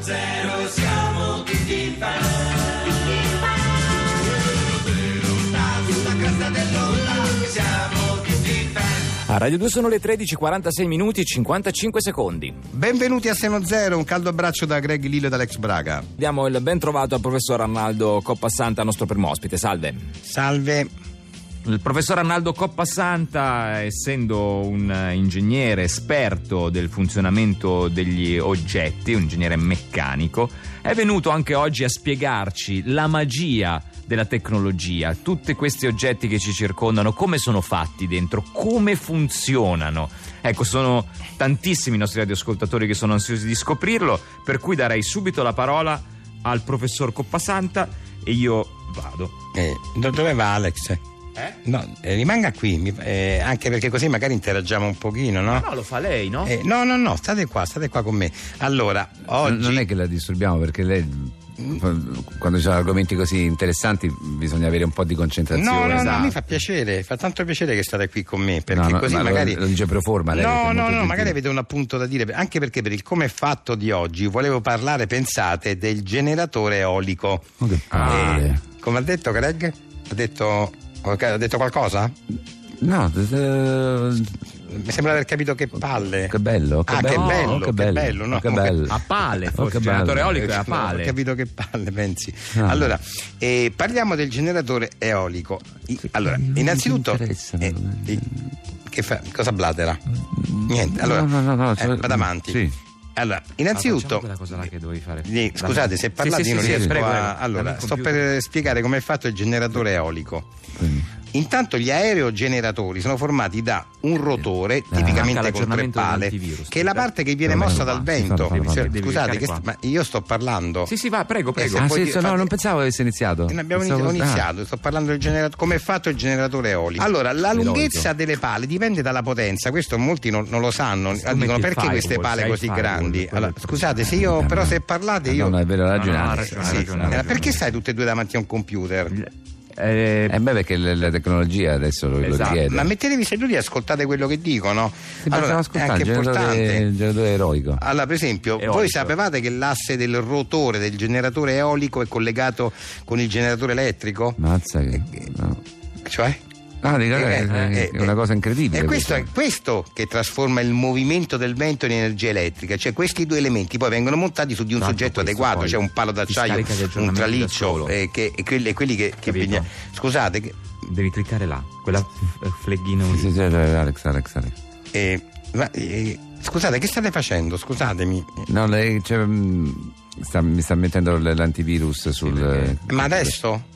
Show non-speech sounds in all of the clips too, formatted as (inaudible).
zero siamo tutti fan. Zero sulla cresta dell'onda siamo tutti fan. A Radio 2 sono le 13:46 minuti e 55 secondi. Benvenuti a Seno Zero, un caldo abbraccio da Greg Lillo e da Lex Braga. Diamo il ben trovato al professor Arnaldo Coppasanta, nostro primo ospite. Salve. Salve. Il professor Arnaldo Coppasanta, essendo un eh, ingegnere esperto del funzionamento degli oggetti, un ingegnere meccanico, è venuto anche oggi a spiegarci la magia della tecnologia, tutti questi oggetti che ci circondano, come sono fatti dentro, come funzionano. Ecco, sono tantissimi i nostri radioascoltatori che sono ansiosi di scoprirlo, per cui darei subito la parola al professor Coppasanta e io vado. Eh, do- dove va Alex? Eh? No, eh, rimanga qui, mi- eh, anche perché così magari interagiamo un pochino, no? No, lo fa lei, no? Eh, no, no, no, state qua, state qua con me. Allora, oggi... Non è che la disturbiamo perché lei quando ci sono argomenti così interessanti bisogna avere un po' di concentrazione. No, no, Esatto. no, mi fa piacere, fa tanto piacere che state qui con me, perché No, no, così ma lo- magari... lo dice pro forma, lei, perché no, è no, molto no, gentile. magari avete un appunto da dire, anche perché per il come è fatto di oggi volevo parlare, pensate, del generatore eolico. Ma che Ah, palle. Come ha detto Greg? Ha detto, ha detto qualcosa? No, eh, Mi sembra di aver capito che palle. Che bello, che Ah, bello, che bello, oh, che che bello, (laughs) bello, no? oh, che bello. A pale, (laughs) Oh, forse, che il generatore bello. eolico è a No, Ho pale. capito che palle pensi. Ah. Allora, eh, parliamo del generatore eolico. I- allora, non mi innanzitutto. interessa, non- Mm, i- che fa- cosa blatera? Niente, allora. no, no, no, eh, cioè- vado avanti. Sì. Allora, Ah, facciamo innanzitutto. quella cosa là che dovevi fare. eh, Scusate, se Sì, parlate sì, io non sì, sì, riesco prego, a. prego. Allora, Dammi il sto computer. per spiegare com'è fatto il generatore eolico. Quindi, Intanto gli aerogeneratori sono formati da un Eh, rotore tipicamente Manca con tre l'aggiornamento pale, dell'antivirus. che è la parte che viene No, mossa no, dal no, vento. si fa- fa- Se- fa- devi cliccare Scusate, che- qua. ma io sto parlando. Sì, sì, va, prego, prego. se Ah, poi sì, ti- so- no, fate- non pensavo avesse iniziato. Eh, ne Abbiamo Pensavo- inizi- ho ah. iniziato, sto parlando del generatore, come è fatto il generatore eolico. Allora, la Eolico. lunghezza delle pale dipende dalla potenza, questo molti non, non lo sanno, Sì, metti dicono il perché firewall, queste pale sai, così firewall, grandi. quello Allora, che- scusate, se io però se parlate Ah, io... No, no, è vero, No, ha no, ha ragionato. ragione, ha Sì, ragione, ha eh, ragione. perché stai tutte e due davanti a un computer? Eh, Eh, beh, perché le- la tecnologia adesso lo, lo Esatto. richiede. Esatto. Ma mettetevi seduti e ascoltate quello che dicono. Sì, Eh, ma stiamo Allora, è ascoltando, anche il generatore- importante. il generatore eroico. Allora, per esempio, Eolico. voi sapevate che l'asse del rotore del generatore eolico è collegato con il generatore elettrico? Mazza che... Eh, no. Cioè? Ah, dico, Eh, è, eh, è una eh, cosa incredibile. E questo è questa. questo che trasforma il movimento del vento in energia elettrica, cioè questi due elementi poi vengono montati su di un Tanto soggetto questo adeguato, poi cioè un palo d'acciaio, ti scarica gli un aggiornamenti da traliccio solo. eh, che- e quelli, e quelli che, che Capito. bisogna- Scusate, che, devi cliccare là, quella f- eh, fleghina lì. Sì, sì, Alex, Alex, Alex. eh, ma, eh, scusate, che state facendo? Scusatemi. No, lei cioè, mh, sta- mi sta mettendo l- l'antivirus sul. perché- Ma adesso?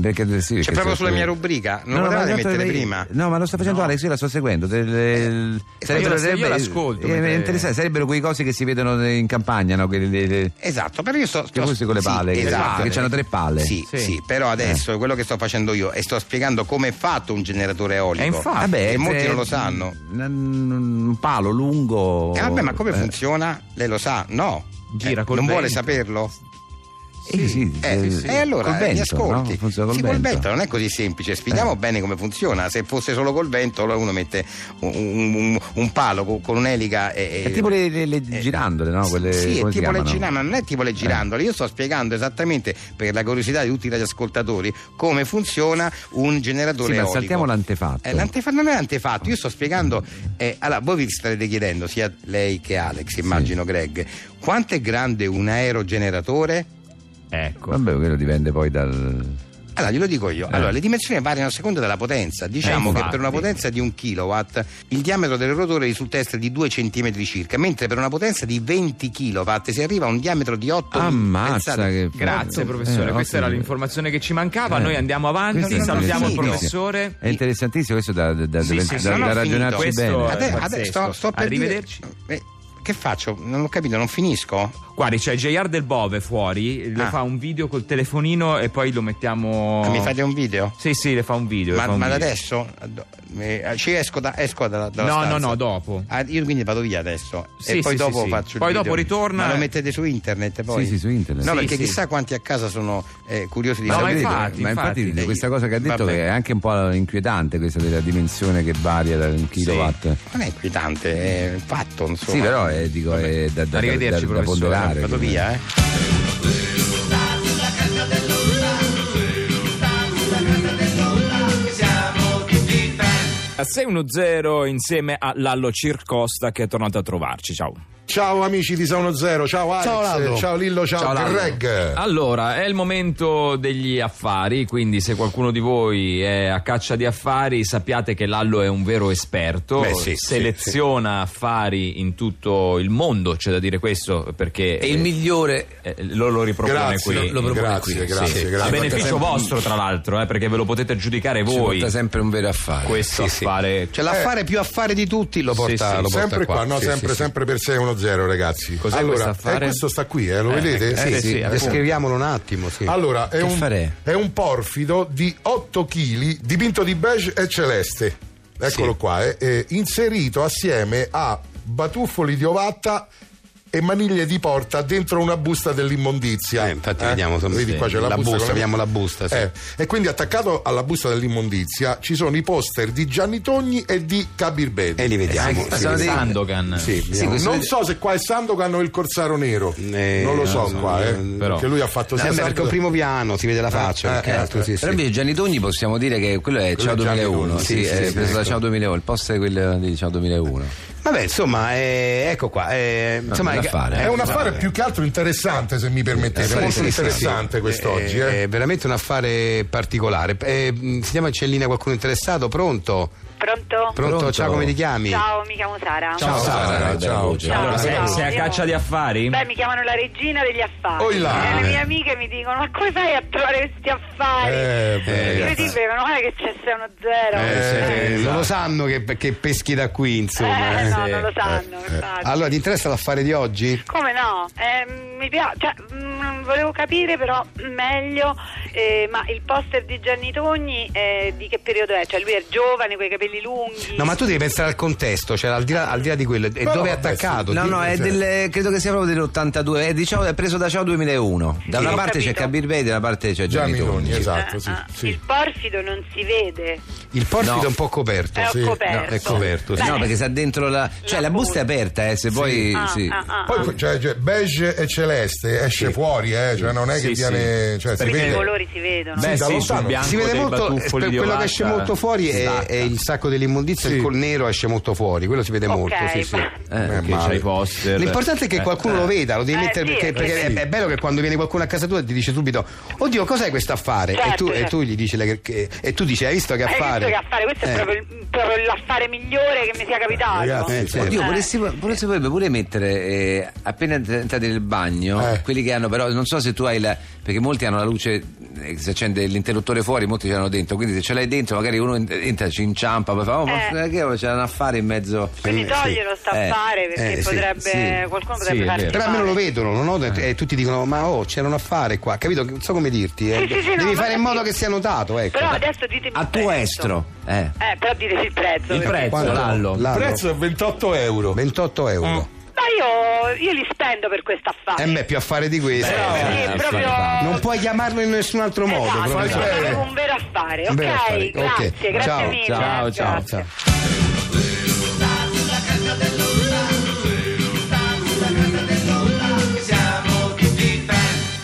Perché, Cioè, sì, perché proprio se- sulla mia rubrica? Non No, no, potevate ma mettere lei- prima? Eh, No, ma lo sta facendo No. Alex, io la sto seguendo. Delle- l- io la- io l'ascolto, eh, mentre- interessante, sarebbero quei cose che si vedono in campagna, no? Quelle- le- le- Esatto, però io sto. Che sto- questi con le palle, sì, che- esatto. che c'hanno tre palle. Eh. Sì, sì, Sì. però adesso quello che sto facendo io è sto spiegando come è fatto un generatore eolico. Eh, infatti. Vabbè, e molti se- non lo sanno. n- n- Un palo lungo. Eh, vabbè, ma come eh, funziona? Lei lo sa? No. Gira Eh, col non vuole vento. saperlo? Sì, sì, Eh, eh, e allora col eh, mi vento, ascolti. no? Funziona col sì, col vento. Eh. vento non è così semplice. Spieghiamo bene come funziona. Se fosse solo col vento, allora uno mette un, un- un palo con, con un'elica e. È tipo le, le- le girandole, no? Quelle, eh. sì, è come si tipo le chiamano? Eh. girandole, ma non è tipo le girandole. Io sto spiegando esattamente per la curiosità di tutti gli ascoltatori come funziona un generatore Sì, ma eolico. saltiamo l'antefatto. Eh, l'antefatto non è l'antefatto, io sto spiegando. eh, allora, voi vi starete chiedendo, sia lei che Alex, immagino Greg, quanto è grande un aerogeneratore? Ecco. Vabbè, quello dipende poi dal. Allora, glielo dico Eh. io. Allora, le dimensioni variano a seconda della potenza. Diciamo Eh, che infatti. per una potenza di 1 kW il diametro del rotore risulta essere di 2 cm circa, mentre per una potenza di 20 kW si arriva a un diametro di 8 Ammazza che- Grazie professore, Eh, questa era ottimo. l'informazione che ci mancava, Eh. noi andiamo avanti, Questo è salutiamo il interessante. professore. È interessantissimo questo da, da, da, Sì, da- sì, da- sì, da no, no, finito. ragionarci Questo bene. Eh, è- Adesso- pazzesco. adesso sto- sto per Arrivederci. dire- eh, che faccio? Non ho capito, non finisco? Guardi, c'è JR del Bove fuori, le Ah. fa un video col telefonino e poi lo mettiamo... Ah, Mi fate un video? Sì, sì, le fa un video. le Ma, fa un ma da video. adesso? Do- eh, Ci esco, da, esco dalla, dalla No, no, stanza. no, dopo. Ah, io quindi vado via adesso Sì, e poi sì, dopo sì, sì. faccio il Poi dopo video. ritorna Ma lo e- mettete su internet poi? Sì, sì, su internet. No, Sì, perché sì. chissà quanti a casa sono eh, curiosi di No, ma sapere. capito? infatti, ma infatti, infatti. questa cosa che ha detto Vabbè. che è anche un po' inquietante questa della dimensione che varia da un kilowatt. Non è inquietante, è un fatto, insomma. Sì, però è è, dico, è da, da, da, da, Arrivederci, da professore. ponderare. Vado via, eh. siamo tutti fan. A 610 insieme a Lallo Circosta che è tornato a trovarci. Ciao. Ciao amici di Sauno Zero, ciao Alex, Ciao, Lando. ciao Lillo, ciao, Lallo. Greg. Allora, è il momento degli affari, quindi se qualcuno di voi è a caccia di affari sappiate che Lallo è un vero esperto, Beh, sì, seleziona affari in tutto il mondo, c'è da dire questo perché E il migliore eh, lo, lo ripropone Grazie, qui. lo- lo propone grazie, qui, grazie, sì. a grazie. beneficio vostro tra l'altro, eh, perché ve lo potete giudicare ci voi porta sempre un vero affare. questo sì. affare. Cioè l'affare più affare di tutti lo porta, sì, lo porta Sempre qua, no? Sì, sempre, sì, sì. sempre per 610, ragazzi. Cos'è questo allora, affare? eh, questo sta qui, eh, lo Eh, vedete? eh, sì, sì, appunto. Descriviamolo un attimo, sì. Allora, è Che un, affare è un porfido di 8 kg dipinto di beige e celeste. Eccolo qua, eh, eh, inserito assieme a batuffoli di ovatta e maniglie di porta dentro una busta dell'immondizia. Eh, infatti vediamo, insomma, Vedi sì. qua c'è la, La busta, con vediamo la busta, sì. Eh, e quindi attaccato alla busta dell'immondizia ci sono i poster di Gianni Togni e di Kabir Bedi. E li vediamo. sì, sì. sono dei- Sandokan. Sì, Sì, questo- non so se qua è Sandokan o il Corsaro Nero, Eh, non lo so non so, qua, eh, però. perché lui ha fatto sia Sembra perché un Sandokan- primo piano, si vede la faccia. eh, perché altro, sì, Però sì. invece Gianni Togni possiamo dire che quello è Quello Ciao è Gianni 2001, Togni, sì, sì, sì, è sì, preso da ecco. Ciao 2001, il post è quello di Ciao 2001. Vabbè, insomma, eh, ecco qua. eh, insomma, un è- affare. È un eh, affare più che altro interessante, se mi permettete, sì, molto sì, sì, interessante sì. quest'oggi. È, eh. è veramente un affare particolare. Eh, mh, si chiama c'è in linea qualcuno interessato? Pronto? Pronto? Pronto? Pronto. Ciao, come ti chiami? Ciao, mi chiamo Sara. Ciao, Sara, Sara, bella ciao. voce. Ciao. Allora, sei, Ciao. sei a caccia di affari? Beh, mi chiamano la regina degli affari. Oh, là. E le mie amiche mi dicono: Ma come fai a trovare questi affari? Eh, beh. Io dico, meno male che c'è se uno zero. Eh, Eh, sì, esatto. Non lo sanno che, che peschi da qui, insomma. Eh, eh. no, non lo sanno, infatti. Allora, ti interessa l'affare di oggi? Come no? Eh, mi piace, cioè, mm, volevo capire però meglio, eh, ma il poster di Gianni Togni eh, di che periodo è? Cioè lui è giovane, con i capelli lunghi. No, ma tu devi pensare al contesto, cioè al di là, al di là di quello. E No, dove è vabbè, attaccato? No, Di- no, è cioè- del, credo che sia proprio dell'82, è, di Ciao- è preso da Ciao 2001. Da Sì, una ho parte c'è capito. Kabir Bey, da una parte c'è Gianni Gianni Togni, Togni. sì. esatto, Ah, sì, ah, sì. Il porfido non si vede, Il porfido No. è un po' coperto. è sì, no, coperto. è coperto, sì. Beh, No, perché sta dentro la. Cioè, la, La busta è busta. aperta, eh, se vuoi. ah, sì. ah, ah, ah. Poi cioè, cioè, beige e celeste esce fuori, eh, cioè non è Sì, che sì. viene. Cioè, si Quindi i vede. colori si vedono. Sì, Beh, da sì, lontano. sul bianco Si vede dei molto, eh, batuffoli di quello che Ovatta. esce molto fuori è, Esatto. è il sacco dell'immondizia, Sì. il col nero esce molto fuori, quello si vede Ok, molto. Sì, sì. va- Eh, Eh, ok. ma- C'hai i poster. L'importante è che Eh, qualcuno lo veda, lo devi Eh, mettere sì, perché, eh, perché sì. è, è bello che quando viene qualcuno a casa tua ti dice subito: Oddio, cos'è questo affare? e, tu, Certo, e tu gli dici le- che- e tu dici: Hai visto che Hai affare? visto Eh, che affare? Questo Eh. è proprio, il- proprio l'affare migliore che mi sia capitato. Ragazzi, Eh, sì. Oddio, Eh. vorresti, vorresti potrebbe pure mettere eh, appena entrate nel bagno, Eh. quelli che hanno però, non so se tu hai la, perché molti hanno la luce, eh, si accende l'interruttore fuori, molti ce l'hanno dentro, quindi se ce l'hai dentro magari uno en- entra, ci inciampa, poi fa, oh ma Eh. che c'è un affare in mezzo. Quindi Eh, toglierlo sì. sta Eh, affare perché eh, sì, potrebbe, sì. qualcuno Sì, potrebbe è farci vero. Però almeno lo male. vedono, non ho- Eh. e tutti dicono: Ma oh, c'era un affare qua, capito? Non so come dirti. eh. Sì, sì, sì, no, devi ma fare in modo sì. che sia notato. Ecco. Però adesso ditemi A il tuo prezzo. estro, eh. Eh, però ditemi il prezzo. Il perché- prezzo, Quanto? Lallo. Lallo. è 28 euro. 28 euro. Mm. Ma io, io li spendo per questo affare. E me più affare di questo. Perché eh, proprio... Non puoi chiamarlo in nessun altro modo. Eh, Esatto, proprio. è proprio un vero affare. Un Ok, vero affare, grazie, ok. grazie Ciao, mille. ciao, ciao, grazie. ciao.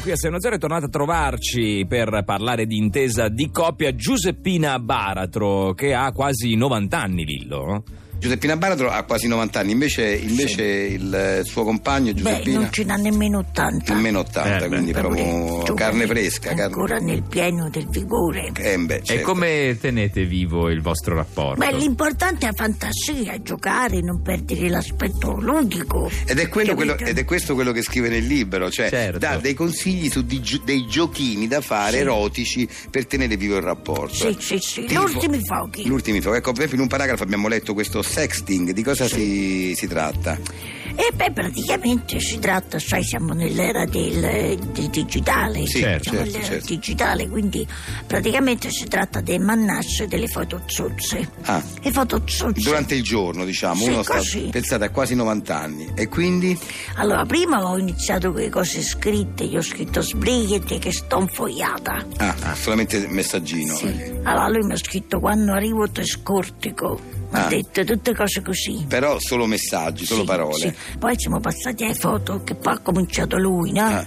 Qui a 610 è tornata a trovarci per parlare di intesa di coppia Giuseppina Baratro, che ha quasi 90 anni, Lillo. Giuseppina Baratro ha quasi 90 anni, invece, invece il eh, suo compagno Beh, Giuseppina non ce n'ha nemmeno Ah. 80. nemmeno 80, Eh, quindi Proprio proprio giovane, carne fresca. carne- Ancora nel pieno del vigore. Eh, beh, E certo. come tenete vivo il vostro rapporto? Beh, l'importante è la fantasia, giocare, non perdere l'aspetto ludico. Ed è, quello, quello- Capito? ed è questo quello che scrive nel libro, cioè Certo. dà dei consigli su di gio- dei giochini da fare erotici per tenere vivo il rapporto. Sì, sì, sì. Tipo- L'ultimi fuochi. L'ultimo, ecco, per esempio in un paragrafo abbiamo letto questo sexting, di cosa si, si tratta? E beh, praticamente si tratta, sai, siamo nell'era del, del digitale. Sì, siamo certo, nell'era certo. digitale, quindi praticamente si tratta dei mannasse delle foto zozze. Ah. Le foto zozze. Durante il giorno, diciamo, Sì, uno sta così. pensate a quasi 90 anni e quindi Allora, prima ho iniziato con le cose scritte, io ho scritto sbrigati che sto infogliata. ah, solamente messaggino. eh. Allora lui mi ha scritto quando arrivo te scortico. ho Ah. detto tutte cose così. Però solo messaggi, solo Sì, parole. sì. Poi siamo passati alle foto che poi ha cominciato lui, no? Ah.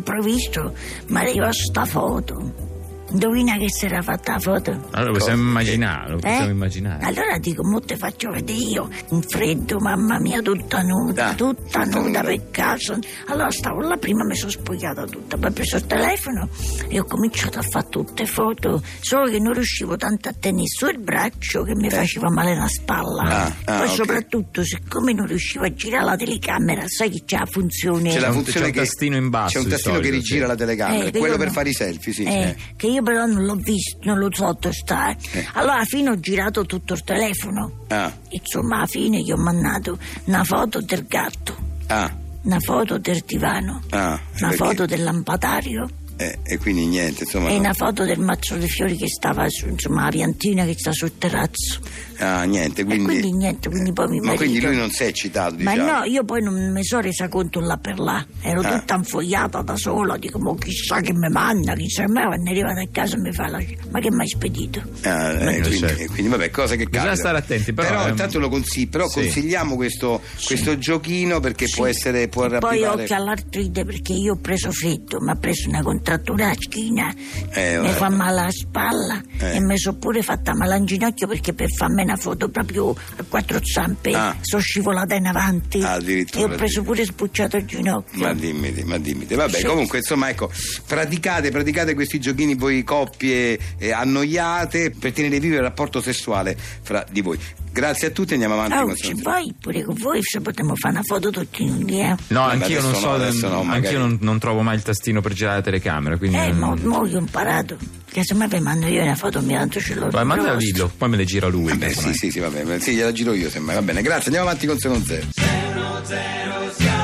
All'improvviso mi arrivò sta foto. Indovina che si era fatta la foto? Allora possiamo immaginare, lo possiamo Eh? immaginare. Allora dico, mo te faccio vedere io, in freddo, mamma mia, tutta nuda, Ah, tutta tutta nuda nuda. per casa. Allora stavo là prima, mi sono spogliata tutta, poi ho preso il telefono e ho cominciato a fare tutte foto, solo che non riuscivo tanto a tenere su il braccio che mi faceva male la spalla. Eh. Ah, ah, poi ok. soprattutto, siccome non riuscivo a girare la telecamera, sai che c'è la funzione... C'è la un- funzione c'è un che- tastino in basso C'è un di tastino che solito, rigira sì. la telecamera, Eh, è che quello io per no- fare i selfie, sì. Eh, eh. Che io però non l'ho visto, non lo so dove sta. eh. Eh. Allora alla fine ho girato tutto il telefono. Ah, Insomma, alla fine gli ho mandato una foto del gatto, ah, una foto del divano, ah. una perché- foto del lampadario eh, e quindi niente, insomma. e no. una foto del mazzo di fiori che stava su, insomma, la piantina che sta sul terrazzo. Ah, niente, E quindi. Eh, quindi niente, quindi poi mi Ma quindi marito- lui non si è eccitato, Ma diciamo. no, io poi non mi sono resa conto là per là, ero Ah. tutta infogliata da sola, dico, ma chissà che mi manda, chissà me, quando arriva a casa mi fa la... Ma che mi hai spedito? Ah, eh, quindi, certo. eh, quindi, vabbè, cosa che Bisogna capita. stare attenti, però, ehm, intanto lo consigli- però sì. consigliamo questo, questo giochino perché può essere può E Poi arrabbiare. occhio all'artrite perché io ho preso freddo, mi ha preso una contrattura alla schiena, Eh, mi vabbè. fa male la spalla Eh. e mi sono pure fatta male al ginocchio perché per farmi una foto proprio a quattro zampe Ah. sono scivolata in avanti Ah, addirittura, e ho preso pure sbucciato il ginocchio. Ma dimmi, te, ma dimmi. te. Vabbè, Sì. comunque, insomma, ecco, praticate, praticate questi giochini voi coppie eh, annoiate per tenere vivo il rapporto sessuale fra di voi. Grazie a tutti, andiamo avanti. Oh, con se questo- voi pure con voi se potremmo fare una foto tutti in un eh? No, Vabbè, anch'io non adesso no, so, adesso no, magari. anch'io non, non trovo mai il tastino per girare la telecamera, quindi... Eh, non- mo, Mm. mo io ho imparato. Che se mai vi mando io una foto mi tanto ce l'ho. Vai, mandala a proposto. Lillo, poi me le gira lui. Vabbè, casomai. sì, sì, sì, va bene. Sì, gliela giro io semmai. Va bene, grazie, andiamo avanti con 0 zero. zero zero zero